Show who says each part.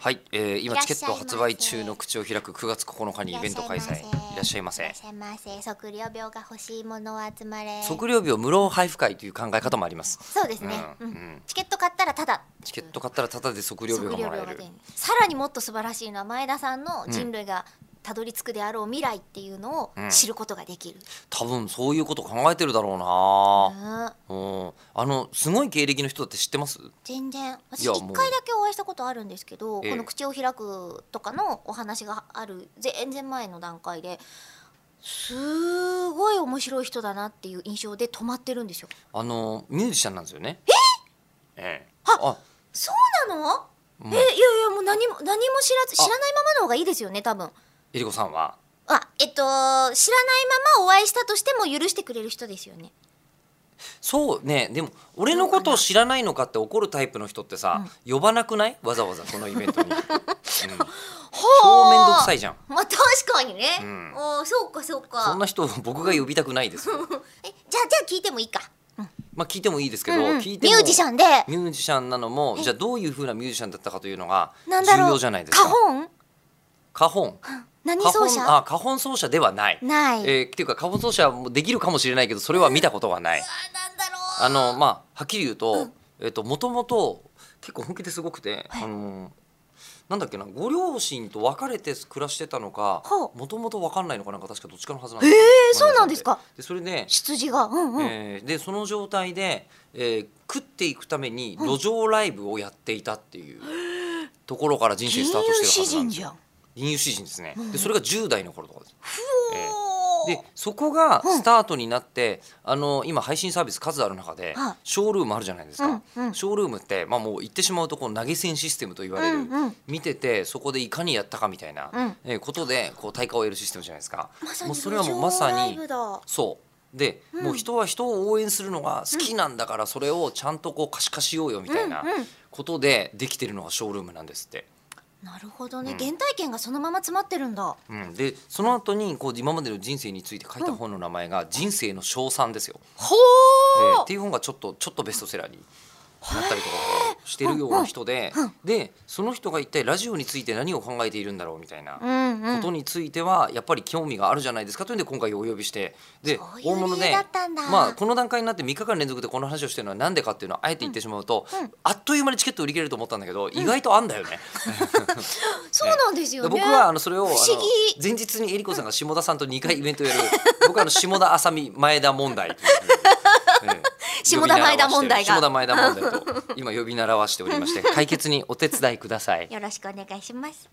Speaker 1: はい、えー、今
Speaker 2: いらっ
Speaker 1: チ
Speaker 2: しゃ
Speaker 1: ケッ
Speaker 2: い
Speaker 1: ト発売中の口を開く9月9日にイベント開催いらっしゃいま
Speaker 2: いら
Speaker 1: せ
Speaker 2: っしゃいませ測量病が欲しいものを集まれ
Speaker 1: 測量日を無料配布会という考え方もあります
Speaker 2: そうですね、
Speaker 1: う
Speaker 2: うんん
Speaker 1: うん
Speaker 2: チケット買ったらただ
Speaker 1: チケット買ったらタダで測量日がもらえる
Speaker 2: 手にさらにもっと素晴らしいのは前田さんの人類がたどり着くであろう未来っていうのを
Speaker 1: うん
Speaker 2: 知ることができる、
Speaker 1: 多分そういうこと考えてるだろう
Speaker 2: う、
Speaker 1: なんうんあのすごい経歴の人だって知ってます
Speaker 2: 全然私
Speaker 1: いや
Speaker 2: 一
Speaker 1: もう
Speaker 2: 回だけお会いしたことあるんですけど
Speaker 1: ええ
Speaker 2: この口を開くとかのお話がある全然前の段階ですごい面白い人だなっていう印象で止まってるんですよ
Speaker 1: あのミュージシャンなんですよねええあ
Speaker 2: そうなの、
Speaker 1: うん
Speaker 2: えいやいやもう何も何も知らず知らないままの方がいいですよね多分
Speaker 1: えりこさんは
Speaker 2: あえっと知らないままお会いしたとしても許してくれる人ですよね
Speaker 1: そうねでも俺のことを知らないのかって怒るタイプの人ってさ、呼ばなくないわざわざこのイベント に、うん、超めんどくさいじゃん
Speaker 2: まあ確かにね、
Speaker 1: うん
Speaker 2: おーそうかそうか
Speaker 1: そんな人を 僕が呼びたくないですよ
Speaker 2: えじゃあじゃあ聞いてもいいか、
Speaker 1: まあ聞いてもいいですけど、
Speaker 2: うんうん
Speaker 1: 聞いても
Speaker 2: ミュージシャンで
Speaker 1: ミュージシャンなのもじゃあどういう風なミュージシャンだったかというのが
Speaker 2: なんだろう
Speaker 1: 重要じゃないですか
Speaker 2: カホン
Speaker 1: カホン
Speaker 2: 何
Speaker 1: カホ
Speaker 2: 奏
Speaker 1: ン
Speaker 2: 者
Speaker 1: あカホン奏者ではない
Speaker 2: ない、
Speaker 1: えーっていうかカホン奏者もできるかもしれないけどそれは見たことはない
Speaker 2: あなんだろう
Speaker 1: あのまあはっきり言うと、えっともともと結構本気ですごくて、あのなんだっけなご両親と別れて暮らしてたのか
Speaker 2: ほう
Speaker 1: もともと分かんないのかなんか確かどっちかのはずなんですよ
Speaker 2: えー
Speaker 1: ごめな
Speaker 2: そ
Speaker 1: さいう
Speaker 2: なんですか
Speaker 1: でそれで
Speaker 2: 出自がうんうん、
Speaker 1: えーでその状態で、えー食っていくために路上ライブをやっていたっていうところから人生スタートしてるはずなんですよ。
Speaker 2: ん
Speaker 1: 銀融詩人ですね。でそれが10代の頃とかです。
Speaker 2: おー
Speaker 1: でそこがスタートになって、あの今配信サービス数ある中で、
Speaker 2: はい
Speaker 1: ショールームあるじゃないですか、
Speaker 2: うんうん
Speaker 1: ショールームって、まあ、もう言ってしまうとこう投げ銭システムと言われる、
Speaker 2: うんうん
Speaker 1: 見ててそこでいかにやったかみたいな、
Speaker 2: うん
Speaker 1: えーことでこう対価を得るシステムじゃないですか。
Speaker 2: まさに
Speaker 1: もうそれはもうまさ
Speaker 2: 路上ライ
Speaker 1: に
Speaker 2: ブだ
Speaker 1: そうで、もう人は人を応援するのが好きなんだからそれをちゃんとこう可視化しようよみたいな
Speaker 2: うんうん
Speaker 1: ことでできてるのがショールームなんですって。
Speaker 2: なるほどね、原体験がそのまま詰まってるんだ
Speaker 1: うん、でその後にこう今までの人生について書いた本の名前が「人生の称賛」ですよ。
Speaker 2: ほ
Speaker 1: えーっ
Speaker 2: ー
Speaker 1: ていう本がちょっとちょっとベストセラーになったりとかしてるような人で、でその人が一体ラジオについて何を考えているんだろうみたいな。
Speaker 2: うんう
Speaker 1: こ
Speaker 2: ん
Speaker 1: とについてはやっぱり興味があるじゃないですかというんで今回お呼びしてで
Speaker 2: そういう
Speaker 1: 大物
Speaker 2: 理
Speaker 1: で
Speaker 2: 由だったんだ
Speaker 1: まあこの段階になって3日間連続でこの話をしてるのはなんでかっていうのはあえて言ってしまうとあっという間にチケット売り切れると思ったんだけど意外とあんだよね。
Speaker 2: そうなんですよ
Speaker 1: で
Speaker 2: ね
Speaker 1: 僕はあのそれをあの
Speaker 2: 不思議
Speaker 1: 前日にえりこさんが下田さんと2回イベント をやる僕はあの下田浅見前田問題というふうにええ
Speaker 2: 下田前田問題が
Speaker 1: 呼び習わしてる下田前 田問題と今呼び習わしておりまして解決にお手伝いください。
Speaker 2: よろしくお願いします